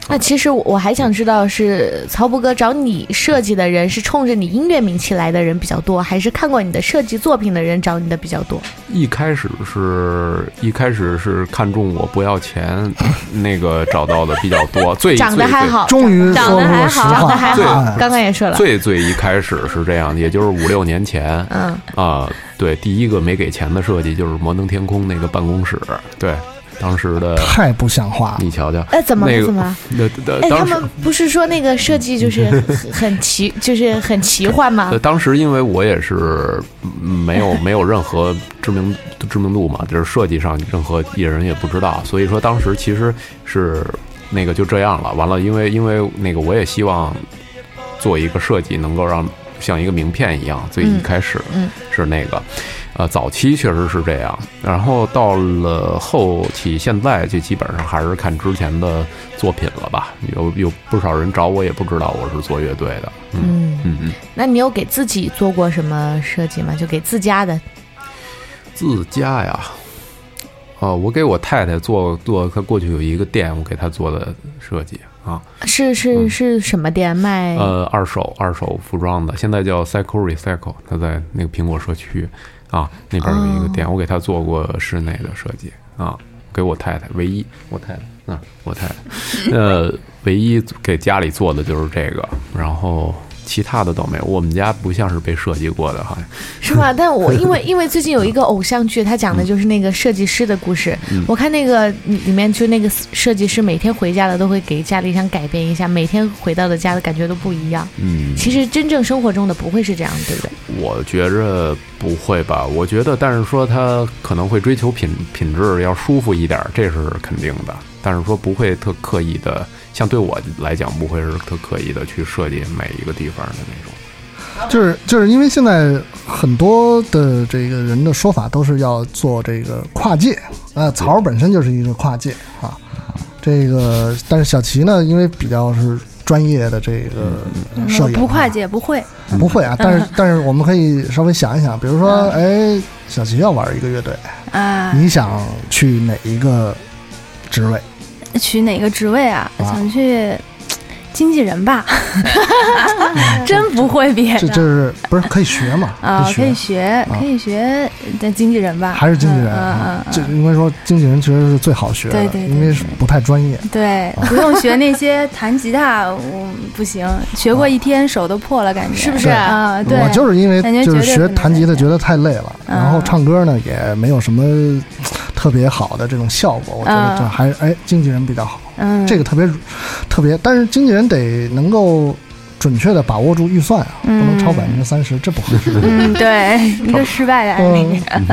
Speaker 1: 那其实我我还想知道是曹博哥找你设计的人是冲着你音乐名气来的人比较多，还是看过你的设计作品的人找你的比较多？
Speaker 12: 一开始是一开始是看中我不要钱， *laughs* 那个找到的比较
Speaker 1: *laughs*
Speaker 12: 多，最
Speaker 1: 长得
Speaker 12: 最
Speaker 1: 还好，
Speaker 11: 哎终于
Speaker 1: 长
Speaker 11: 说
Speaker 1: 得
Speaker 11: 出
Speaker 1: 还
Speaker 11: 了实
Speaker 1: 好，
Speaker 11: 话哎
Speaker 1: 长得还好，
Speaker 12: 对
Speaker 1: 刚刚也说了，
Speaker 12: 最最一开始是这样，也就是五六年前，
Speaker 1: 嗯
Speaker 12: 啊，对，第一个没给钱的设计就是摩登天空那个办公室，对，当时的
Speaker 11: 太不像话了。
Speaker 12: 你瞧瞧，
Speaker 1: 哎怎么了
Speaker 12: 那个
Speaker 1: 怎么了？
Speaker 12: 那那
Speaker 1: 哎，他
Speaker 12: 当时
Speaker 1: 们不是说那个设计
Speaker 12: *laughs*
Speaker 1: 就是很很奇，就是很奇幻吗
Speaker 13: 啊
Speaker 12: 呃，？当时因为我也是嗯没有没有任何知名知名度嘛，就是设计上任何艺人也不知道，所以说当时其实是那个就这样了。完了，因为因为那个我也希望做一个设计，能够让像一个名片一样，最一
Speaker 13: 嗯
Speaker 12: 开始
Speaker 13: 嗯
Speaker 12: 是那个。呃，早期确实是这样，然后到了后期，现在就基本上还是看之前的作品了吧。有有不少人找我，也不知道我是做乐队的。
Speaker 1: 嗯
Speaker 12: 嗯嗯。
Speaker 1: 那你有给自己做过什么设计吗？就给自家的，
Speaker 12: 自家呀，哦，我给我太太做做，她过去有一个店，我给她做的设计啊，
Speaker 1: 是是是什么店卖？
Speaker 12: 呃，二手二手服装的，现在叫 Cycle Recycle，她在那个苹果社区啊那边有一个店，我给她做过室内的设计啊，给我太太唯一，我太太啊，我太太，呃，唯一给家里做的就是这个，然后。其他的倒没有，我们家不像是被设计过的，好像
Speaker 1: 是
Speaker 12: *laughs*
Speaker 1: 吗？但我因为因为最近有一个偶像剧，它讲的就是那个设计师的故事。
Speaker 12: 嗯
Speaker 1: 我看那个里面就那个设计师每天回家了都会给家里想改变一下，每天回到的家的感觉都不一样。
Speaker 12: 嗯，
Speaker 1: 其实真正生活中的不会是这样，对不对？
Speaker 12: 我觉着不会吧？我觉得，但是说他可能会追求品品质，要舒服一点，这是肯定的。但是说不会特刻意的，像对我来讲，不会是特刻意的去设计每一个地方的那种。
Speaker 11: 就是就是因为现在很多的这个人的说法都是要做这个跨界，呃，曹儿本身就是一个跨界啊。这个，但是小齐呢，因为比较是专业的这个摄影，
Speaker 7: 嗯
Speaker 11: 啊
Speaker 7: 不跨界嗯不会，
Speaker 11: 不会啊。但是但是我们可以稍微想一想，比如说，
Speaker 7: 嗯
Speaker 11: 哎，小齐要玩一个乐队，
Speaker 7: 啊，
Speaker 11: 你想去哪一个职位？
Speaker 7: 取哪个职位啊？
Speaker 11: 啊
Speaker 7: 想去经纪人
Speaker 11: *laughs*
Speaker 7: 吧，真不会别
Speaker 11: 这这
Speaker 7: 的
Speaker 11: 是不是可以学嘛？
Speaker 7: 啊，可以
Speaker 11: 以学。
Speaker 7: 学，可以学的经纪人吧，
Speaker 11: 还是经纪人，
Speaker 7: 嗯嗯嗯
Speaker 11: 啊，这应该说经纪人其实是最好学的，
Speaker 7: 对对对
Speaker 11: 因为是不太专业。
Speaker 7: 对，不用学那些弹吉他，我不行，学过一天手都破了，感觉是
Speaker 1: 不是
Speaker 7: 啊？对，
Speaker 11: 我就是因为
Speaker 7: 感觉
Speaker 11: 就是
Speaker 7: 绝对
Speaker 11: 学
Speaker 7: 不能
Speaker 11: 弹吉他觉得太累了，
Speaker 7: 嗯
Speaker 11: 然后唱歌呢也没有什么特别好的这种效果，我觉得
Speaker 7: 嗯
Speaker 11: 这还是哎经纪人比较好，
Speaker 7: 嗯
Speaker 11: 这个特别特别，但是经纪人得能够准确的把握住预算啊，不能超
Speaker 7: 嗯
Speaker 11: 百分之三十，这不
Speaker 7: *laughs*
Speaker 11: 合适。
Speaker 7: 嗯，
Speaker 11: *laughs*
Speaker 7: 对，一个失败的案例，
Speaker 11: 嗯，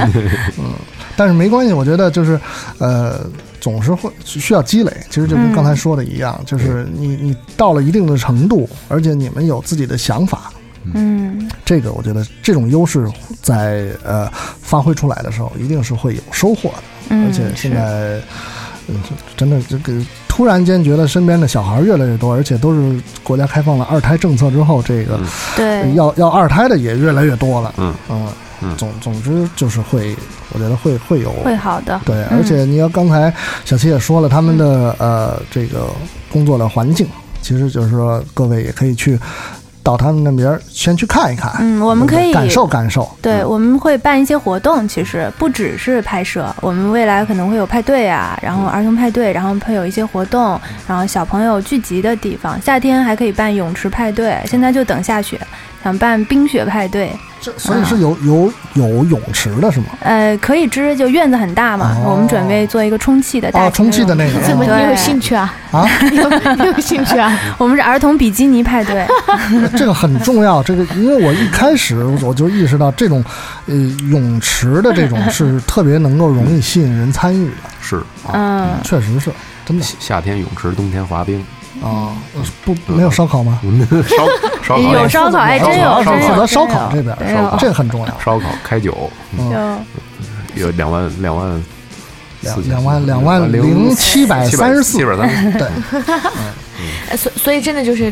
Speaker 11: 但是没关系，我觉得就是，呃，总是会需要积累。其实就跟
Speaker 7: 嗯
Speaker 11: 刚才说的一样，就是你你到了一定的程度，而且你们有自己的想法，
Speaker 7: 嗯
Speaker 11: 这个我觉得这种优势在呃发挥出来的时候，一定是会有收获的。
Speaker 7: 嗯
Speaker 11: 而且现在，嗯，这真的这个突然间觉得身边的小孩越来越多，而且都是国家开放了二胎政策之后，这个、呃
Speaker 7: 对
Speaker 11: 要要二胎的也越来越多了。
Speaker 12: 嗯
Speaker 11: 嗯总总之就是会，我觉得会会有
Speaker 7: 会好的，
Speaker 11: 对，
Speaker 7: 嗯
Speaker 11: 而且你要刚才小七也说了，他们的呃这个工作的环境，其实就是说各位也可以去到他们那边儿先去看一看，
Speaker 7: 嗯我们可以嗯
Speaker 11: 感受感受。
Speaker 7: 对，我们会办一些活动，其
Speaker 11: 嗯
Speaker 7: 实不只是拍摄，我们未来可能会有派对啊，然
Speaker 11: 嗯
Speaker 7: 后儿童派对，然后会有一些活动，然后小朋友聚集的
Speaker 11: 嗯
Speaker 7: 地方。夏天还可以办泳池派对，现在就等下雪，想办冰雪派对，
Speaker 11: 这所以是有有有泳池的是吗？
Speaker 7: 呃，可以支，就院子很大嘛，我们准备做一个充气的大
Speaker 11: 哦充气的那
Speaker 1: *laughs*
Speaker 11: 个
Speaker 7: 怎
Speaker 11: 怎
Speaker 7: 么
Speaker 11: 么
Speaker 1: 嗯你有兴趣
Speaker 12: *laughs*
Speaker 1: 啊？
Speaker 7: *laughs*
Speaker 11: 啊，
Speaker 1: 你有你有兴趣啊？
Speaker 7: 我们是儿童比基尼派
Speaker 11: *laughs*
Speaker 7: 对，
Speaker 11: 这个很重要，这个因为我一开始我就意识到这种，呃，泳池的这种
Speaker 7: *laughs*
Speaker 11: 是特别能够容易吸引人参与的，
Speaker 12: 是，啊
Speaker 7: 嗯，
Speaker 11: 确实是真的
Speaker 12: 夏天泳池，冬天滑
Speaker 7: *laughs*
Speaker 12: 冰。
Speaker 11: 啊，不没有烧烤吗？
Speaker 12: 烧烧烤
Speaker 7: 有烧烤哎
Speaker 12: 烧
Speaker 7: 真有真有啊
Speaker 12: 烤
Speaker 11: 负责哦烧烤这边
Speaker 7: 真有，
Speaker 11: 这个很重要。
Speaker 12: 烧烤开酒，
Speaker 7: 就
Speaker 12: 有两万两万四
Speaker 11: 两
Speaker 12: 千
Speaker 11: 两万两万
Speaker 12: 零
Speaker 11: 零七百三十四，
Speaker 12: 七百三十嗯
Speaker 11: 对，
Speaker 1: 呃所所以真的就是。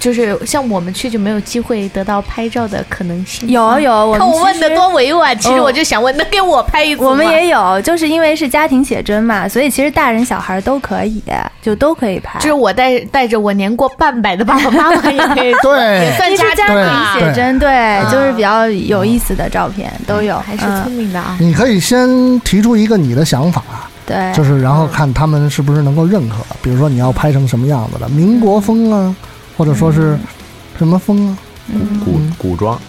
Speaker 1: 就是像我们去就没有机会得到拍照的可能性。
Speaker 7: 有有我们
Speaker 1: 看我问
Speaker 7: 其
Speaker 1: 的
Speaker 7: 实
Speaker 1: 多委婉，其实
Speaker 7: 嗯
Speaker 1: 我就想问，能给我拍一次吗
Speaker 7: 我们也有，就是因为是家庭写真嘛，所以其实大人小孩都可以，就都可以拍。
Speaker 1: 就是我带带着我年过半百的爸爸妈妈也可
Speaker 7: *laughs*
Speaker 1: 以
Speaker 11: 对
Speaker 1: 也算
Speaker 7: 一是
Speaker 1: 家啊
Speaker 7: 家
Speaker 1: 长
Speaker 7: 庭写真，对，就是比较有意思的照片都有，
Speaker 1: 嗯
Speaker 7: 嗯
Speaker 1: 还是聪明的啊。
Speaker 11: 你可以先提出一个你的想法，
Speaker 7: 对，
Speaker 11: 就是然后看他们是不是能够认可，比如说你要拍成什么样子的，民国风啊，或者说是什么风啊，
Speaker 12: 古古装，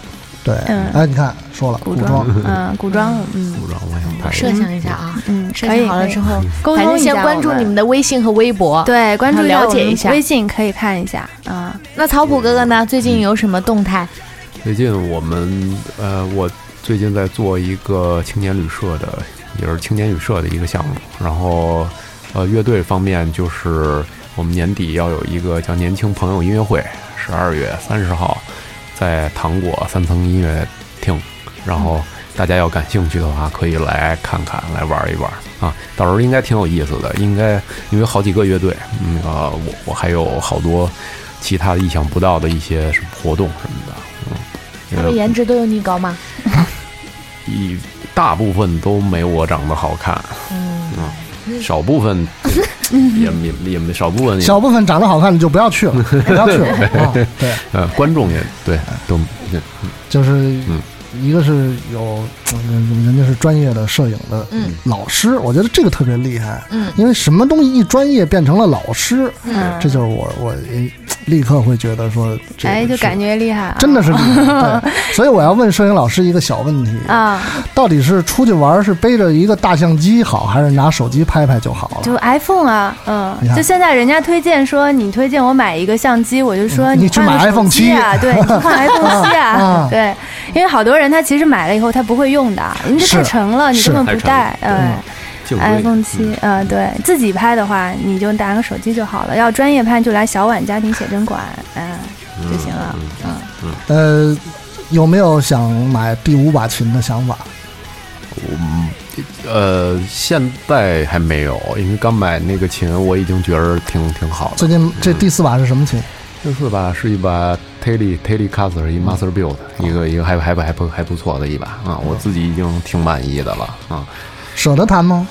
Speaker 11: 对，
Speaker 7: 嗯
Speaker 11: 哎，你看说了古装，
Speaker 7: 嗯，古装，嗯，
Speaker 12: 古装我想拍
Speaker 1: 设想一下啊，
Speaker 7: 嗯，
Speaker 1: 设
Speaker 7: 可以
Speaker 1: 想好了
Speaker 7: 可以
Speaker 1: 之后，
Speaker 7: 沟
Speaker 1: 反
Speaker 7: 通
Speaker 1: 正
Speaker 7: 一下
Speaker 1: 先
Speaker 7: 我
Speaker 1: 关注你们的微信和微博，
Speaker 7: 对，关注
Speaker 1: 然后了解
Speaker 7: 我
Speaker 1: 一
Speaker 7: 们
Speaker 1: 下
Speaker 7: 微。信可以看一下啊。
Speaker 1: 那曹普哥哥呢？最近有什么动态？
Speaker 12: 最近我们呃，我最近在做一个青年旅社的，也是青年旅社的一个项目。然后呃，乐队方面就是我们年底要有一个叫“年轻朋友音乐会”，十二月三十号在糖果三层音乐厅。然后大家要感兴趣的话，可以来看看，来玩一玩啊。到时候应该挺有意思的，应该因为好几个乐队，嗯啊、我我还有好多其他意想不到的一些什么活动什么的，嗯。
Speaker 1: 他们颜值都有你高吗？
Speaker 12: 一大部分都没我长得好看，嗯，少部
Speaker 7: *laughs*
Speaker 12: 分也也也没少部分也
Speaker 11: 小部分长得好看的就不要去了，不要去了啊，对，
Speaker 12: 呃，观众也对都对
Speaker 11: 就是
Speaker 12: 嗯
Speaker 11: 一个是有嗯人家是专业的摄影的
Speaker 1: 嗯
Speaker 11: 老师，我觉得这个特别厉害，
Speaker 1: 嗯
Speaker 11: 因为什么东西一专业变成了老师，
Speaker 7: 嗯
Speaker 11: 这就是我我一立刻会觉得说这个是，
Speaker 7: 哎，就感觉厉害啊，
Speaker 11: 真的是厉
Speaker 7: *laughs*
Speaker 11: 害。对，所以我要问摄影老师一个小问题，
Speaker 7: 啊，
Speaker 11: 到底是出去玩是背着一个大相机好，还是拿手机拍拍就好了？
Speaker 7: 就 iPhone 啊，
Speaker 11: 你
Speaker 7: 嗯，
Speaker 11: 看
Speaker 7: 就现在人家推荐说你推荐我买一个相机，我就说
Speaker 11: 嗯你去
Speaker 7: 换个
Speaker 11: 买
Speaker 7: 手
Speaker 11: iPhone
Speaker 7: 机啊，
Speaker 11: 7
Speaker 7: 对，你去
Speaker 11: *laughs*
Speaker 7: 换 iPhone 七
Speaker 11: 啊
Speaker 7: 啊，对，因为好多人他其实买了以后他不会用的，因为这太
Speaker 11: 是
Speaker 7: 沉了，你
Speaker 11: 是
Speaker 7: 根本
Speaker 12: 太
Speaker 7: 不
Speaker 12: 沉
Speaker 7: 带，嗯。
Speaker 12: 就
Speaker 7: iPhone 七，嗯，对自己拍的话，你就拿个手机就好了。要专业拍，就来小碗家庭写真馆，嗯，就行了。嗯，
Speaker 11: 呃，有没有想买第五把琴的想法？
Speaker 12: 呃，现在还没有，因为刚买那个琴，我已经觉得挺挺好
Speaker 11: 最
Speaker 12: 的。
Speaker 11: 近这第四把是什么琴？
Speaker 12: 这次吧是一把 Tele Tele Caster 一 Master Build，一个一个还还还不还不错的一把啊，我自己已经挺满意的了啊。
Speaker 11: 舍得弹吗？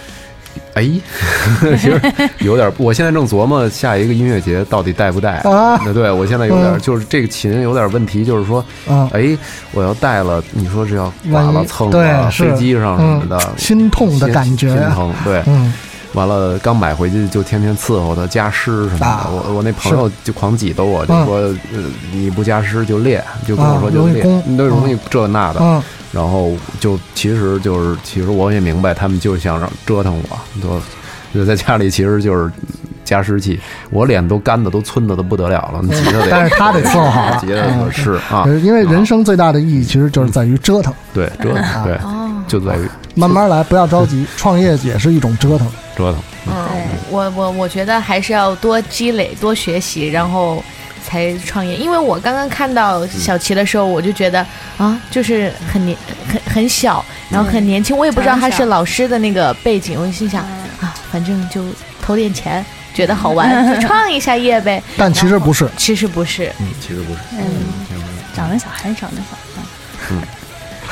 Speaker 12: 哎，其实有点儿，我现在正琢磨下一个音乐节到底带不带
Speaker 11: 啊
Speaker 12: 那对我现在有点儿，
Speaker 11: 嗯
Speaker 12: 就是这个琴有点儿问题，就是说
Speaker 11: 嗯，
Speaker 12: 哎，我要带了，你说这要刮
Speaker 11: 万
Speaker 12: 了
Speaker 11: 一
Speaker 12: 蹭
Speaker 11: 对
Speaker 12: 了，
Speaker 11: 是
Speaker 12: 飞机上什么的
Speaker 11: 嗯，心痛的感觉
Speaker 12: 心心疼，对，
Speaker 11: 嗯，
Speaker 12: 完了刚买回去就天天伺候它加湿什么
Speaker 11: 啊
Speaker 12: 的，我我那朋友就狂挤兑我，就
Speaker 11: 嗯
Speaker 12: 说呃你不加湿就裂，就跟我说
Speaker 11: 啊
Speaker 12: 就
Speaker 11: 容易
Speaker 12: 裂
Speaker 11: 攻，
Speaker 12: 那容易
Speaker 11: 嗯
Speaker 12: 这那的，
Speaker 11: 嗯
Speaker 12: 然后就其实就是其实我也明白，他们就想让折腾我，就就在家里其实就是加湿器，我脸都干的都皴的都不得了了，你急得得，
Speaker 11: 但是他得伺候好
Speaker 12: *laughs*
Speaker 11: 了
Speaker 12: 急得得是
Speaker 11: *laughs*
Speaker 12: 啊，嗯
Speaker 11: 呃因为人生最大的意义其实就是在于折腾，
Speaker 12: 对折腾对，就在于
Speaker 11: 慢慢来，不要着急。创业也是一种折腾，
Speaker 12: 折腾。
Speaker 1: 嗯，我我我觉得还是要多积累、多学习，然后才创业。因为我刚刚看到小齐的时候，我就觉得啊，就是很年很很小，然后很年轻。我也不知道他是老师的那个背景，我就心想啊，反正就投点钱，觉得好玩，就创一下业呗。
Speaker 11: 但其实不是。
Speaker 1: 其实不是，
Speaker 12: 其实不是，
Speaker 7: 长得小还是长得小。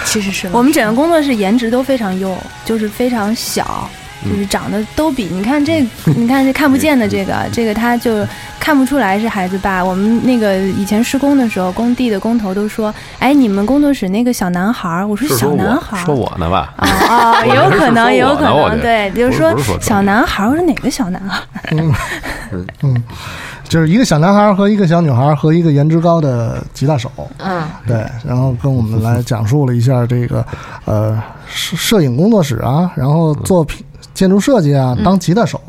Speaker 1: 其实是
Speaker 7: 我们整个工作室颜值都非常优，就是非常小，
Speaker 12: 嗯
Speaker 7: 就是长得都比你看这，你看这看不见的这个，这个他就看不出来是孩子爸。我们那个以前施工的时候，工地的工头都说：“哎，你们工作室那个小男孩儿。”我说：“
Speaker 12: 是
Speaker 7: 小
Speaker 12: 说
Speaker 7: 男
Speaker 12: 我
Speaker 7: 孩儿。”
Speaker 12: 说我呢吧？
Speaker 7: 哦，
Speaker 12: *laughs* 我
Speaker 7: 有
Speaker 12: 觉得是
Speaker 7: 可能，
Speaker 12: 说
Speaker 7: 有
Speaker 12: 我
Speaker 7: 可
Speaker 12: 呢我觉
Speaker 7: 能，
Speaker 12: 得
Speaker 7: 对，就
Speaker 12: 不
Speaker 7: 是
Speaker 12: 是
Speaker 7: 说
Speaker 12: 不是说
Speaker 7: 小男孩儿，我说哪个小男孩儿？
Speaker 11: 嗯，嗯，就是一个小男孩和一个小女孩和一个颜值高的吉他手，
Speaker 1: 嗯，
Speaker 11: 对，然后跟我们来讲述了一下这个呃摄摄影工作室啊，然后做品建筑设计啊，当吉他手、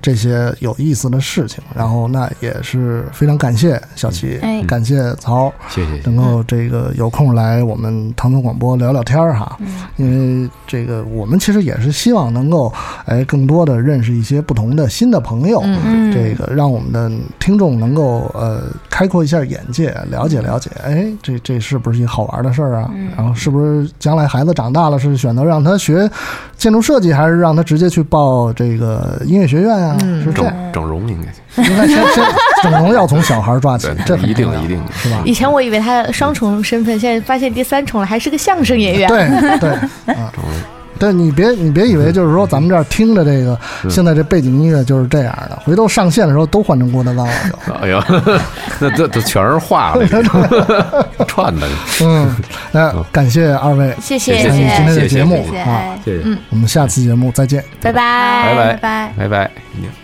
Speaker 11: 这些有意思的事情。然后那也是非常感谢小齐，
Speaker 12: 哎
Speaker 11: 感谢曹，
Speaker 12: 谢谢谢谢
Speaker 11: 能够这个有空来我们唐总广播聊聊天儿哈，因为这个我们其实也是希望能够哎更多的认识一些不同的新的朋友，
Speaker 13: 嗯
Speaker 11: 这个让我们的听众能够呃开阔一下眼界，了解了解，哎，这这是不是一个好玩的事儿啊？然后是不是将来孩子长大了是选择让他学建筑设计，还是让他直接去报这个音乐学院啊？是这样。
Speaker 12: 整整容应该
Speaker 11: 应该先先整容要从小孩儿抓起，这很
Speaker 12: 一定
Speaker 11: 重要
Speaker 12: 一定
Speaker 11: 是吧？
Speaker 1: 以前我以为他双重身份，现在发现第三重了，还是个相声演员。
Speaker 11: 对对，
Speaker 1: *laughs*
Speaker 11: 啊，但你别你别以为就是说咱们这儿听着这个现在这背景音乐就是这样的，回头上线的时候都换成郭德纲了就。
Speaker 12: 哎呀， *laughs* 那这这全是话了，串的。
Speaker 1: *laughs*
Speaker 11: 嗯，那感谢二位，
Speaker 1: 谢谢
Speaker 11: 参与今天的节目
Speaker 1: 谢谢
Speaker 11: 啊，
Speaker 12: 谢谢，
Speaker 11: 我们下次节目再见，
Speaker 1: 拜拜
Speaker 12: 拜
Speaker 1: 拜拜
Speaker 12: 拜拜。